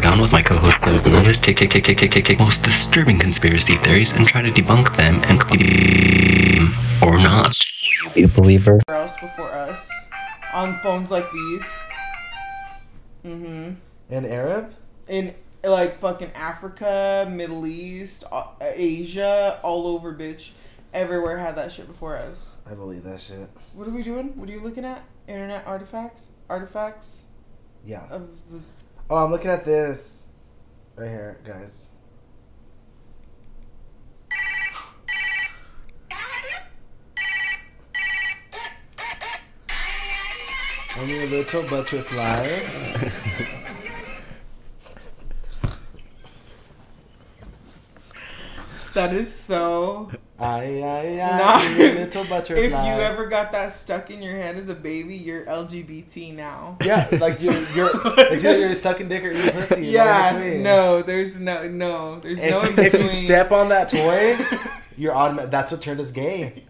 down with my co-host David Lewis, take take take take take take take most disturbing conspiracy theories and try to debunk them and or not. You believer? somewhere else before us on phones like these. Mm-hmm. An Arab? In like fucking Africa, Middle East, a- Asia, all over, bitch. Everywhere had that shit before us. I believe that shit. What are we doing? What are you looking at? Internet artifacts? Artifacts Yeah. of the. Oh, I'm looking at this right here, guys. Only a little butterfly. That is so. Aye, aye, Nah. aye. Only a little butterfly. If you ever got that stuck in your head as a baby, you're LGBT now. Yeah, like you're, you're, it's either you're sucking dick or eating pussy. you're not in Yeah, between. no, there's no, no, there's no in If, if between. you step on that toy, you're automatic. That's what turned us gay.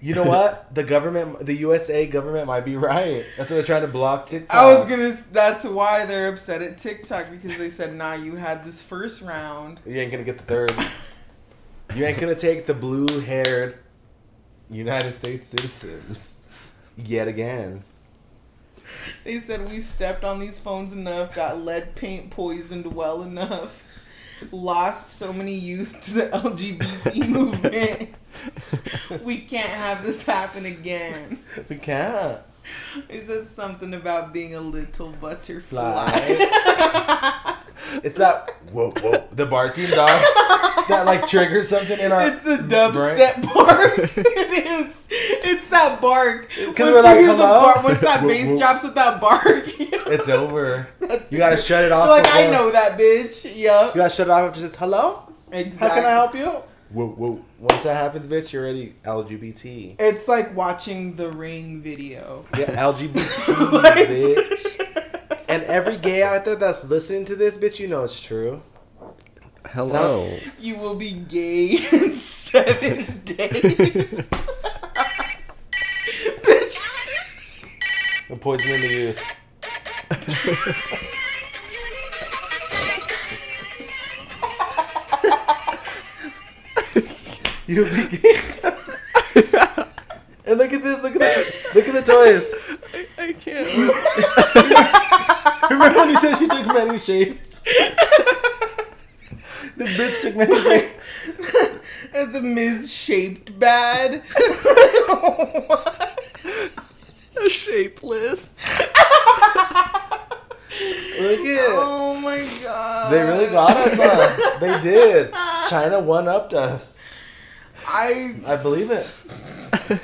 You know what? The government, the USA government might be right. That's what they're trying to block TikTok. I was gonna. s- That's why they're upset at TikTok because they said, "Nah, you had this first round." You ain't gonna get the third. you ain't gonna take the blue-haired United States citizens yet again. They said we stepped on these phones enough, got lead paint poisoned well enough, lost so many youth to the LGBT movement. We can't have this happen again. We can't It says something about being a little butterfly. fly. it's that whoa whoa the barking dog that like triggers something in our. It's the brain. dubstep bark. it is. It's that bark. Once we're you like, hear the "Hello?" bark, once that Whoop, bass whoop. drops with that bark, you It's over. You gotta shut it off. Like I before- know that bitch. You Yup. gotta shut it off after just hello. Exactly. you? Whoa, whoa. Once that happens, bitch, you're already LGBT. It's like watching the Ring video. Yeah, LGBT, Like- bitch. And every gay out there that's listening to this, bitch, you know it's true. Hello. You will be gay in seven days. bitch. The poison in the youth. You'll be gay. and look at this. Look at the look at the toys. I can't. Remember when you said she took many shapes? this bitch took many shapes. As a Miz shaped bad. A shapeless. Look at oh my god. They really got us, huh? They did. China one upped us. I I believe it.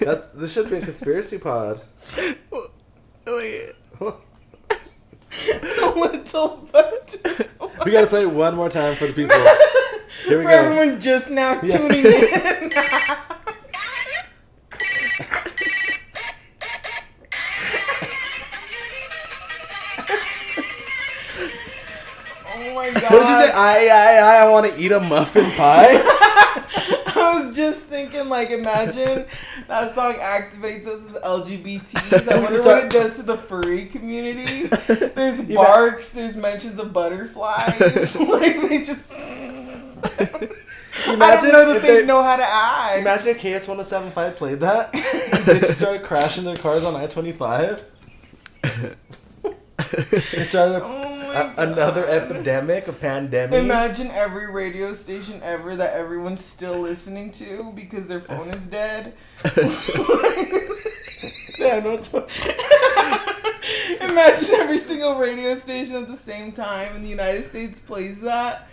That, this should be a conspiracy pod. Wait. we a little bit. gotta play it one more time for the people. Here we For go. everyone just now Yeah. tuning in. oh my god. What did you say? I I I, I want to eat a muffin pie. I was just thinking, like, imagine that song activates us as LGBTs. I wonder what it does to the furry community. There's barks, there's mentions of butterflies. like, they just. I don't Imagine know that if they, they- know how to act. Imagine if KS1075 played that. They just started crashing their cars on I-25. It started a, Oh my a- another epidemic, a pandemic. Imagine every radio station ever that everyone's still listening to because their phone is dead. Yeah, no choice. Imagine every single radio station at the same time in the United States plays that.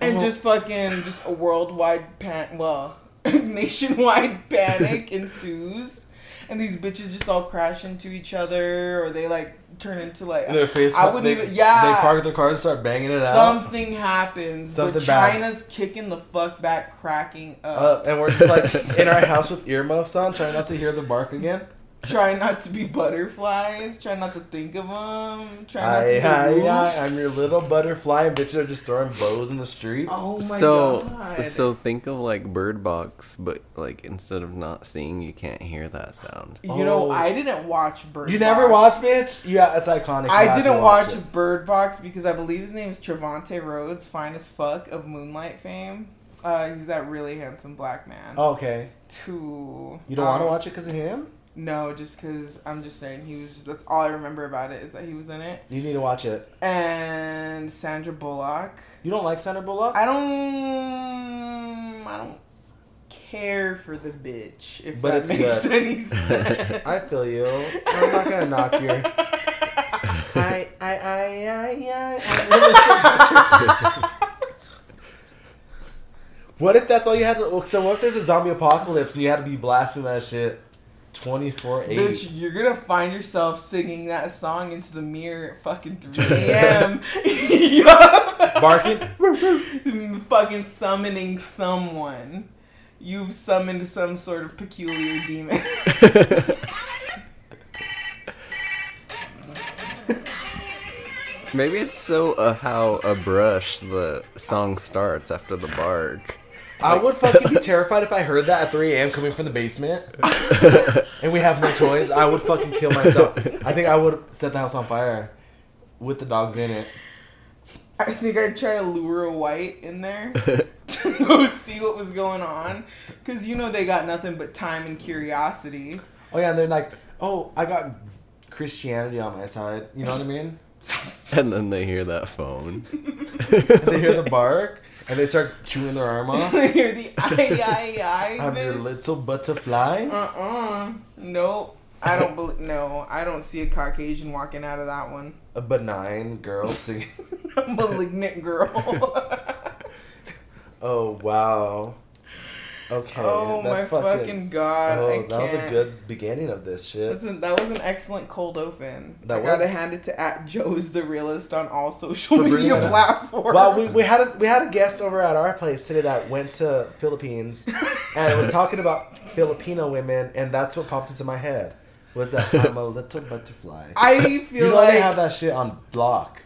And just fucking just a worldwide pan well, nationwide panic ensues. And these bitches just all crash into each other or they like turn into like Their face. I wouldn't they, even yeah They park their car and start banging it out. Something happens. but Something bad. China's kicking the fuck back, cracking up. Up, and we're just like in our house with earmuffs on, trying not to hear the bark again. Try not to be butterflies. Try not to think of them. Try not Hi, to hi, be hi, I'm your little butterfly, and bitches are just throwing bows in the streets. Oh my so god. so think of like bird box, but like instead of not seeing, you can't hear that sound. you know, Oh. I didn't watch Bird. You never watched Box. bitch? Yeah, that's iconic. You I have to didn't watch it. Bird Box because I believe his name is Trevante Rhodes, fine as fuck of Moonlight fame. Uh, he's that really handsome black man. Oh, okay. Too. You don't want to um, watch it because of him? No, just because I'm just saying he was. That's all I remember about it is that he was in it. You need to watch it. And Sandra Bullock. You don't like Sandra Bullock? I don't. I don't care for the bitch. If But that it's makes good. any sense. I feel you. I'm not gonna knock your. I I I I I. what if that's all you had to? well, So what if there's a zombie apocalypse and you had to be blasting that shit, twenty four Bitch, eight? you're gonna find yourself singing that song into the mirror at fucking 3 a.m. Yup. Barking. fucking summoning someone. You've summoned some sort of peculiar demon. Maybe it's so uh, how a brush the song starts after the bark. I would fucking be terrified if I heard that at three a.m. coming from the basement, and we have no choice. I would fucking kill myself. I think I would set the house on fire, with the dogs in it. I think I'd try to lure a white in there to go see what was going on. Because you know they got nothing but time and curiosity. Oh yeah, and they're like, oh, I got Christianity on my side. You know what I mean? And then they hear that phone. And they hear the bark and they start chewing their arm off. You're the I, I, I. I'm your bitch. little butterfly. Uh-uh. Nope. I don't believe. No, I don't see a Caucasian walking out of that one. A benign girl singing. A malignant girl. Oh wow. Okay, oh my that's fucking, fucking. god! oh, I that was a can't. good beginning of this shit. Listen, that was an excellent cold open. That I gotta was. hand it to at Joe's the realist on all social For bringing media it up. platforms. Well, we, we had a we had a guest over at our place today that went to Philippines, and was talking about Filipino women, and that's what popped into my head was that I'm a little butterfly. I feel you know they like have that shit on block.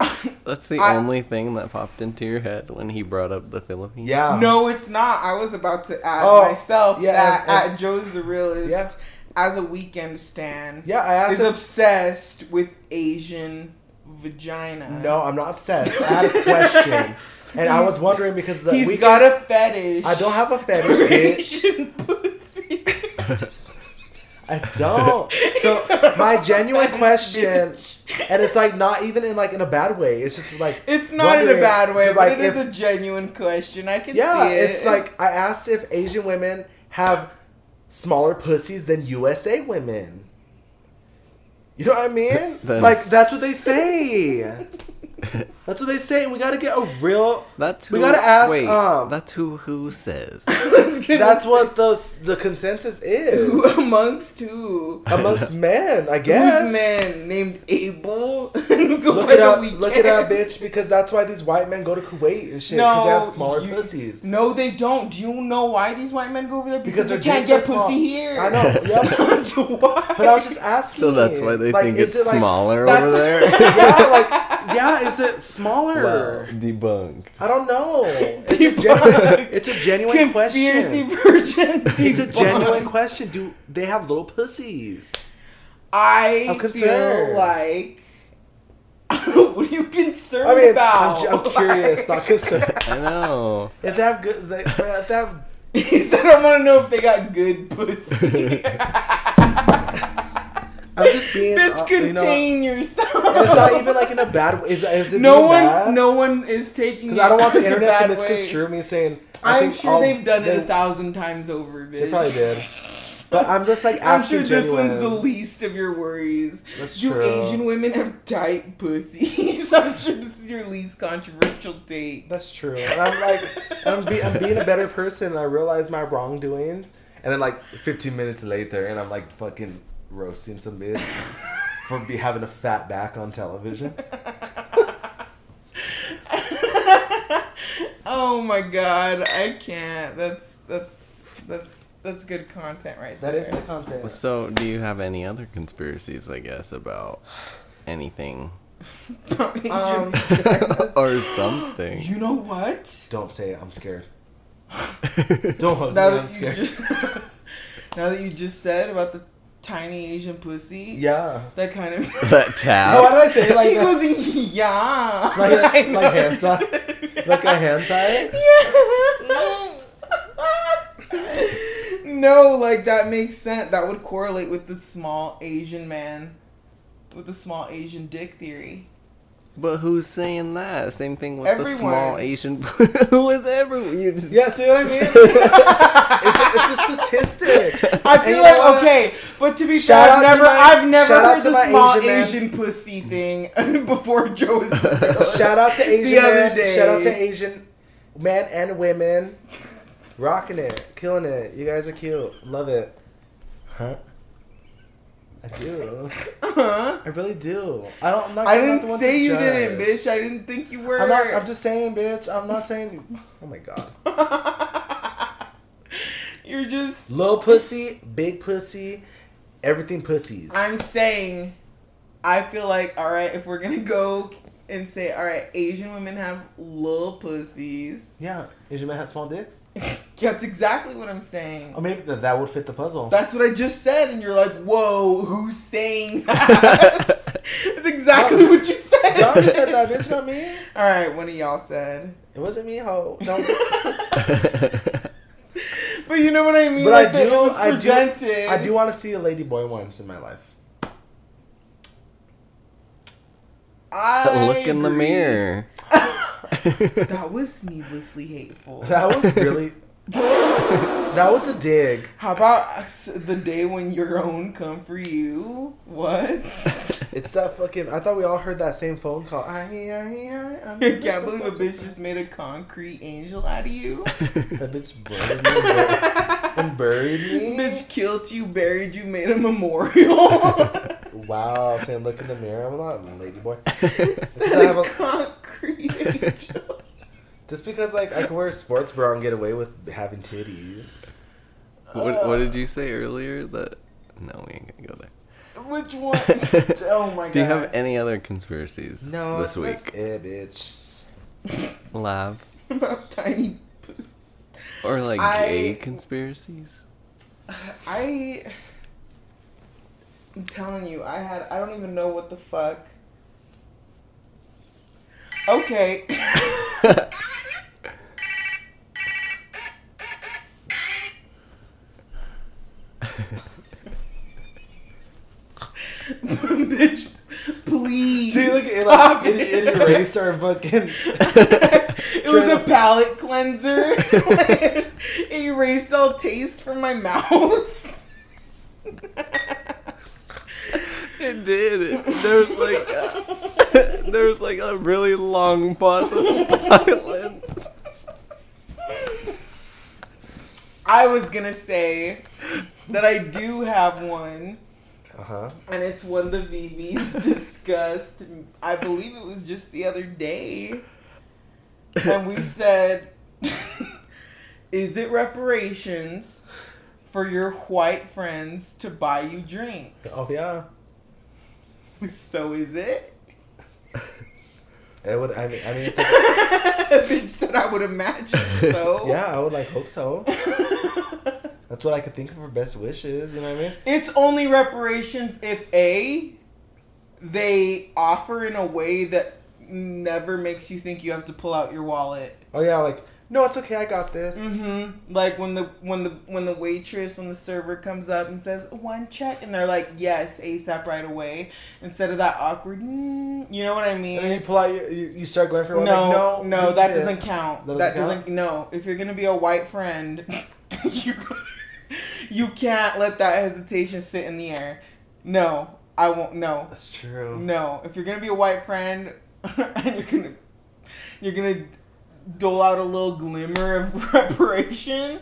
That's the I- only thing that popped into your head when he brought up the Philippines. Yeah. no, it's not. I was about to add Uh-huh. Oh, myself yeah, that and- at Joe's the realist Yeah. as a weekend stand. Yeah, I asked is him. obsessed with Asian vagina. No, I'm not obsessed. I had a question, and I was wondering because the he's we got a fetish. I don't have a for fetish, bitch. Asian pussy. I don't. So my genuine question, and it's like not even in like in a bad way. It's just like It's not in a wondering, bad way, just, but like, it is if- a genuine question. I can yeah. see it. It's like I asked if Asian women have smaller pussies than USA women. You know what I mean? Then- like that's what they say. that's what they say. We got to get a real. That's who, We gotta ask, Wait, um, that's who who says. That's what the the consensus is. who amongst who? amongst men, I guess. Who's man named Abel? Look Look it up, look it up, bitch, because that's why these white men go to Kuwait and shit. Because they have smaller you- pussies. No, they don't. Do you know why these white men go over there? Because, Because their they can't get dicks pussy are small. here. I know. Yeah. That's why. But I was just asking. So that's why they Like, think is it's it, like- smaller that's- over there. Yeah, like yeah, is it smaller? Debunked. I don't know. It's a genuine, it's a genuine Conspiracy question. virgin. It's a debunked. genuine question. Do they have little pussies? I I'm concerned. feel like. what are you concerned I mean, about? I'm, ju- I'm curious, not concerned. I know. If they have good, they, if they have He said, "I want to know if they got good pussy." I'm just being. Bitch, uh, you know, contain and it's not yourself. even like in a bad way. Is, is it No being one, bad? no one is taking. Because I don't want the it as a internet to bad way. misconstrue me saying. I I'm think sure all- they've done it they- a thousand times over, bitch. They probably did. But I'm just like I'm sure asking. this genuine. one's the least of your worries. That's Do true. Asian women have tight pussies? I'm sure this is your least controversial date. That's true. And I'm like, I'm, be, I'm being a better person. And I realize my wrongdoings, and then like 15 minutes later, and I'm like fucking roasting some bitch for be having a fat back on television. oh my god, I can't. That's that's that's That's good content right That there. is the content. So, do you have any other conspiracies, I guess, about anything is. Um, or something? you know what? don't say it. I'm scared. Don't hug me. Now I'm that, you scared. just, now that you just said about the tiny Asian pussy, yeah. that kind of. that Oh, why tab? did I say it like he that? goes, yeah. Like a- I know like hand tie? it. like a hand tie? no, like that makes sense. That would correlate with the small Asian man, with the small Asian dick theory. But who's saying that? Same thing with the Everyone. small Asian. Who is everyone? You just... Yeah, see what I mean? it's, a, it's a statistic. I And feel you like know what? okay, but to be Shout fair, I've out to never, my- I've never shout out heard to the my small Asian man. Asian pussy thing before Joe was Shout out to Asian The other man. day. Shout out to Asian men and women. Rocking it, killing it. You guys are cute. Love it. Huh? I do. Huh? I really do. I don't. I'm not, Uh-huh. I I'm not the didn't one say to you judge. didn't, bitch. I didn't think you were. I'm not. I'm just saying, bitch. I'm not saying. Oh my god. You're just. Little pussy, big pussy, everything pussies. I'm saying, I feel like all right. If we're gonna go and say all right, Asian women have little pussies. yeah. Asian men have small dicks. That's exactly what I'm saying. I mean, th- that would fit the puzzle. That's what I just said, and you're like, whoa, who's saying that? That's exactly Dom- what you said. Y'all said that, bitch, not me. All right, one of y'all said. It wasn't me, ho. Don't. But you know what I mean? But Like, I that it do, was I do, presented. I do want to see a lady boy once in my life. I Look in the agree. mirror. That was needlessly hateful. That was really. that was a dig. How about us- the day when your own come for you? What? It's that fucking. I thought we all heard that same phone call. I, I, I, I'm I can't believe a bitch just made a concrete angel out of you. That bitch buried me and bur- and buried me. bitch killed you, buried you, made a memorial. Wow, saying look in the mirror. I'm not a lady boy. Instead I have of a- concrete angel. Just because like I can wear a sports bra and get away with having titties. What, what did you say earlier? That no, we ain't gonna go there. Which one? Oh my god. Do you have any other conspiracies No, this that's week? it, eh, bitch. Lab about tiny? or like I- gay conspiracies? I. I'm telling you, I had. I don't even know what the fuck. Okay. Bitch, please. See, look, it, stop like, it, it erased our fucking. it was a palate cleanser. it erased all taste from my mouth. It did. It, there was like a, there was like a really long pause of silence. I was gonna say that I do have one, Uh huh. and it's one the VBs discussed. I believe it was just the other day. And we said, Is it reparations for your white friends to buy you drinks? Oh yeah. So is it? It would. I mean. I mean. It's like, Bitch said I would imagine so. yeah. I would like hope so. That's what I could think of for best wishes. You know what I mean? It's only reparations if A, they offer in a way that never makes you think you have to pull out your wallet. Oh yeah. Like no, it's okay. I got this. Mm-hmm. Like when the when the when the waitress when the server comes up and says one check and they're like yes ASAP right away instead of that awkward mm, you know what I mean And then you pull out your. You, you start going for no, one. no, like, no, do that this. doesn't count. That doesn't That count? doesn't. No, if you're gonna be a white friend, you you can't let that hesitation sit in the air. No, I won't. No, That's true. no. If you're gonna be a white friend, and you're gonna you're gonna dole out a little glimmer of reparation.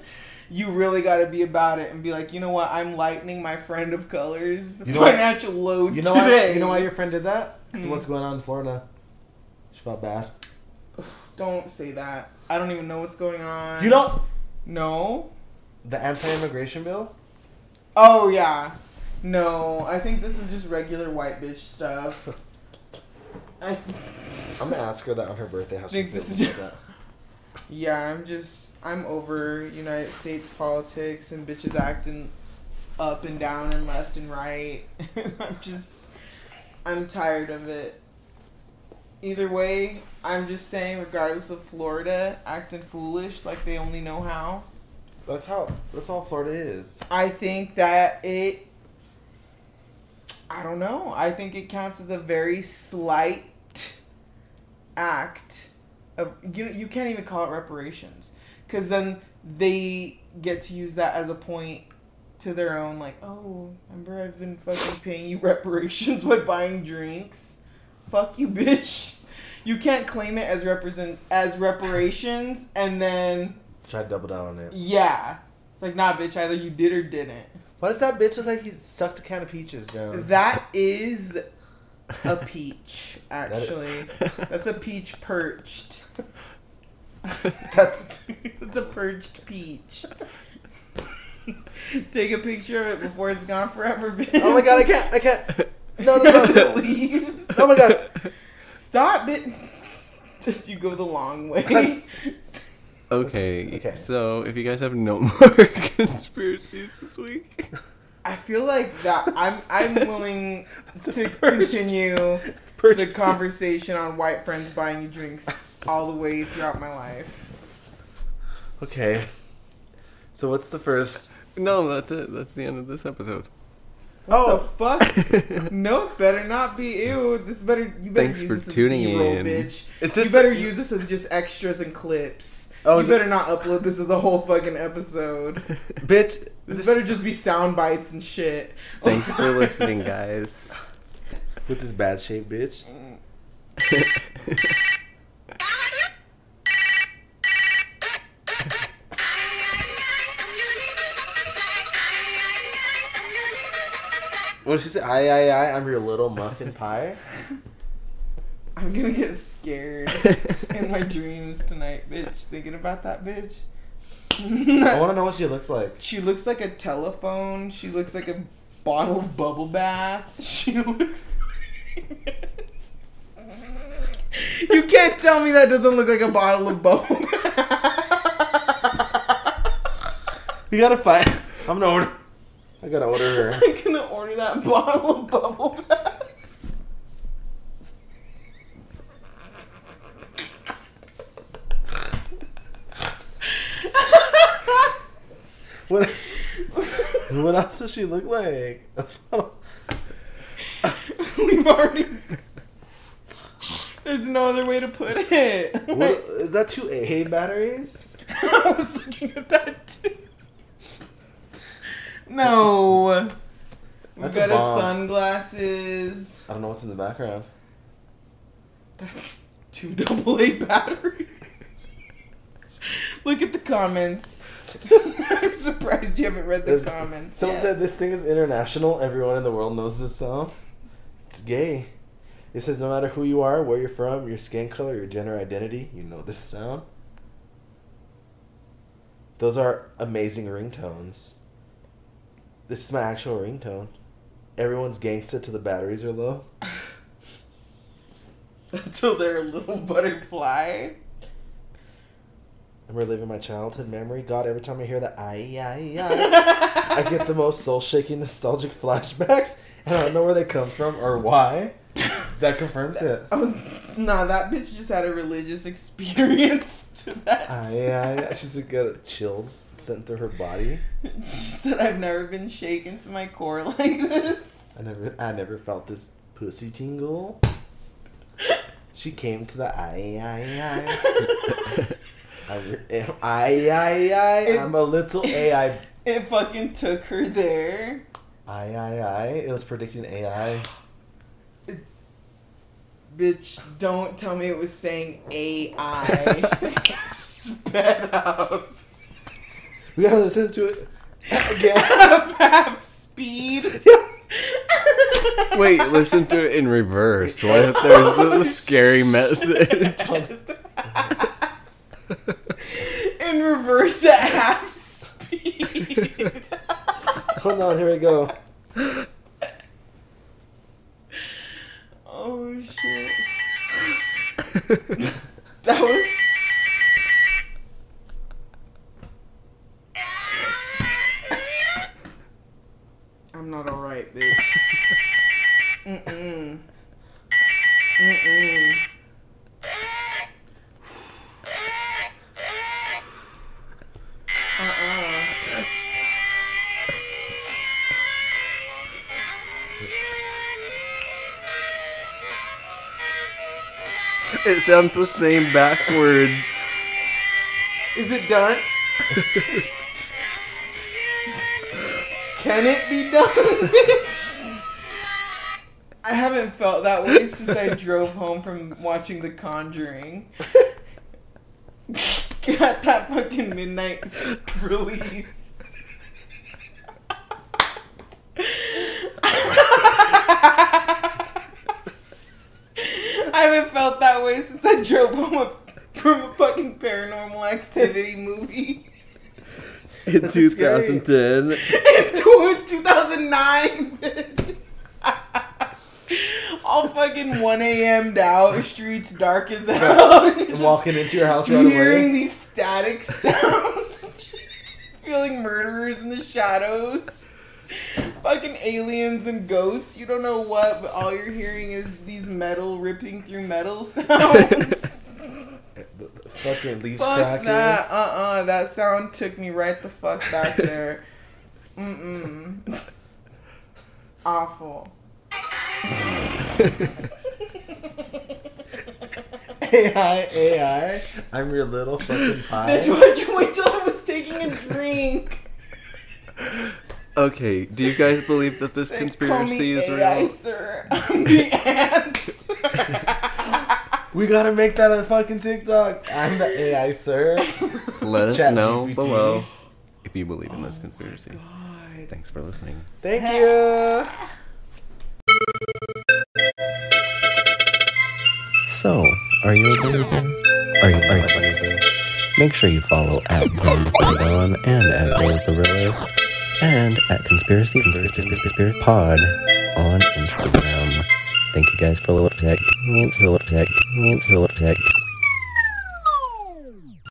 You really got to be about it and be like, you know what? I'm lightening my friend of colors You know what- financial load You know today. Mm. why? You know why your friend did that? Because what's going on in Florida? She felt bad. Don't say that. I don't even know what's going on. You don't. No. the anti-immigration bill. Oh yeah. No, I think this is just regular white bitch stuff. I I'm gonna ask her that on her birthday how she Think this feels is- about that. yeah, I'm just I'm over United States politics and bitches acting up and down and left and right. I'm just I'm tired of it. Either way, I'm just saying regardless of Florida acting foolish like they only know how. That's how. That's all Florida is. I think that it. I don't know. I think it counts as a very slight act of you. You can't even call it reparations because then they get to use that as a point to their own. Like, oh, remember I've been fucking paying you reparations by buying drinks. Fuck you, bitch. You can't claim it as represent as reparations and then Try to double down on it. yeah. It's like, nah, bitch, either you did or didn't. Why does that bitch look like he sucked a can of peaches down? That is a peach, actually. That's a peach perched. That's It's a perched peach. Take a picture of it before it's gone forever, bitch. Oh my god, I can't, I can't. No, no, As it no. leaves. Oh my god. Stop it. Just you go the long way. Okay, Okay. so if you guys have no more conspiracies this week, I feel like that. I'm I'm willing to continue the conversation on white friends buying you drinks all the way throughout my life. Okay. So what's the first? no, that's it. That's the end of this episode. Oh, What the fuck? no, better not be ew. This better you better Thanks use for this tuning as B-roll, in. bitch. Is this- you better use this as just extras and clips. Oh, you is it- better not upload this as a whole fucking episode. bitch. This, This better just be sound bites and shit. Thanks for listening, guys. with this bad shape, bitch. What did she say? I, I, I, I'm your little muffin pie. I'm gonna get scared in my dreams tonight, bitch. Thinking about that bitch. I want to know what she looks like. She looks like a telephone. She looks like a bottle of bubble bath. She looks. you can't tell me that doesn't look like a bottle of bubble bath. We gotta find. I'm gonna order. I gotta order her. I'm gonna order that bottle of bubble bath. What? What else does she look like? We've already. There's no other way to put it. What, is that two AA batteries? I was looking at that too. No. We That's a got a bomb. sunglasses. I don't know what's in the background. That's two double A batteries. Look at the comments. I'm surprised you haven't read the There's- comments. Someone yet. said this thing is international. Everyone in the world knows this song. It's gay. It says no matter who you are, where you're from, your skin color, your gender identity, you know this sound. Those are amazing ringtones. This is my actual ringtone. Everyone's gangsta till the batteries are low. until they're a little butterfly. I'm reliving my childhood memory. God, every time I hear that, I, I, I, I get the most soul shaking, nostalgic flashbacks, and I don't know where they come from or why. That confirms it. I was nah. That bitch just had a religious experience to that. I, Ah, I, I just got chills sent through her body. She said, "I've never been shaken to my core like this." I never, I never felt this pussy tingle. She came to the I, Ah, I, I. I, re- I, I, I. I'm a little AI. It fucking took her there. I, I, I. It was predicting AI. Bitch, don't tell me it was saying AI. Sped up. We gotta listen to it again. Half speed. Wait, listen to it in reverse. What if there's a scary message? In reverse at half speed. Hold on, here we go. oh shit. That was. I'm not alright, bitch. Mm-mm. Mm-mm. Uh-uh. It sounds the same backwards. Is it done? Can it be done, bitch? I haven't felt that way since I drove home from watching The Conjuring. Got that fucking midnight release. I haven't felt that way since I drove home a, from a fucking paranormal activity movie In This is scary. 2010. in 2009. bitch. All fucking 1 a.m. out, streets dark as hell. I'm Just walking into your house right hearing away. these static sounds, feeling murderers in the shadows, fucking aliens and ghosts. You don't know what, but all you're hearing is these metal ripping through metal sounds. The- the fucking leaves fuck cracking. that. Uh uh That sound took me right the fuck back there. Mm mm. Awful. AI, AI, I'm your little fucking Bitch, pie. why'd you wait till I was taking a drink? Okay, do you guys believe that this They conspiracy call me is AI, real? Sir. I'm the answer. We gotta make that a fucking TikTok. I'm the AI, sir. Let us Chat know GPT. below if you believe in this conspiracy. Thanks for listening. Thank you. So, are you available? Are you are you available? Make sure you follow at Blame the Parabellum and at Blame the Gorilla and at Conspiracy Conspiracy Pod on Instagram. Thank you guys for listening. Zillow, Zillow, Zillow, Zillow,